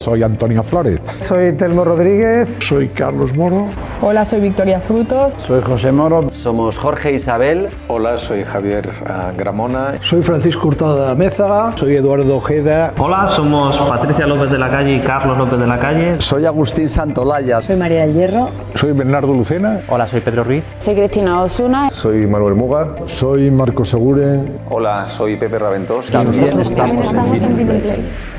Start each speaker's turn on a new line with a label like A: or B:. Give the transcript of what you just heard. A: Soy Antonio Flores.
B: Soy Telmo Rodríguez.
C: Soy Carlos Moro.
D: Hola, soy Victoria Frutos.
E: Soy José Moro.
F: Somos Jorge e Isabel.
G: Hola, soy Javier uh, Gramona.
H: Soy Francisco Hurtado de la Mézaga.
I: Soy Eduardo Ojeda.
J: Hola, somos Patricia López de la Calle y Carlos López de la Calle.
K: Soy Agustín Santolaya.
L: Soy María del Hierro.
M: Soy Bernardo Lucena.
N: Hola, soy Pedro Ruiz.
O: Soy Cristina Osuna.
P: Soy Manuel Muga.
Q: Soy Marco Segure.
R: Hola, soy Pepe Raventós.
S: También estamos, estamos en, en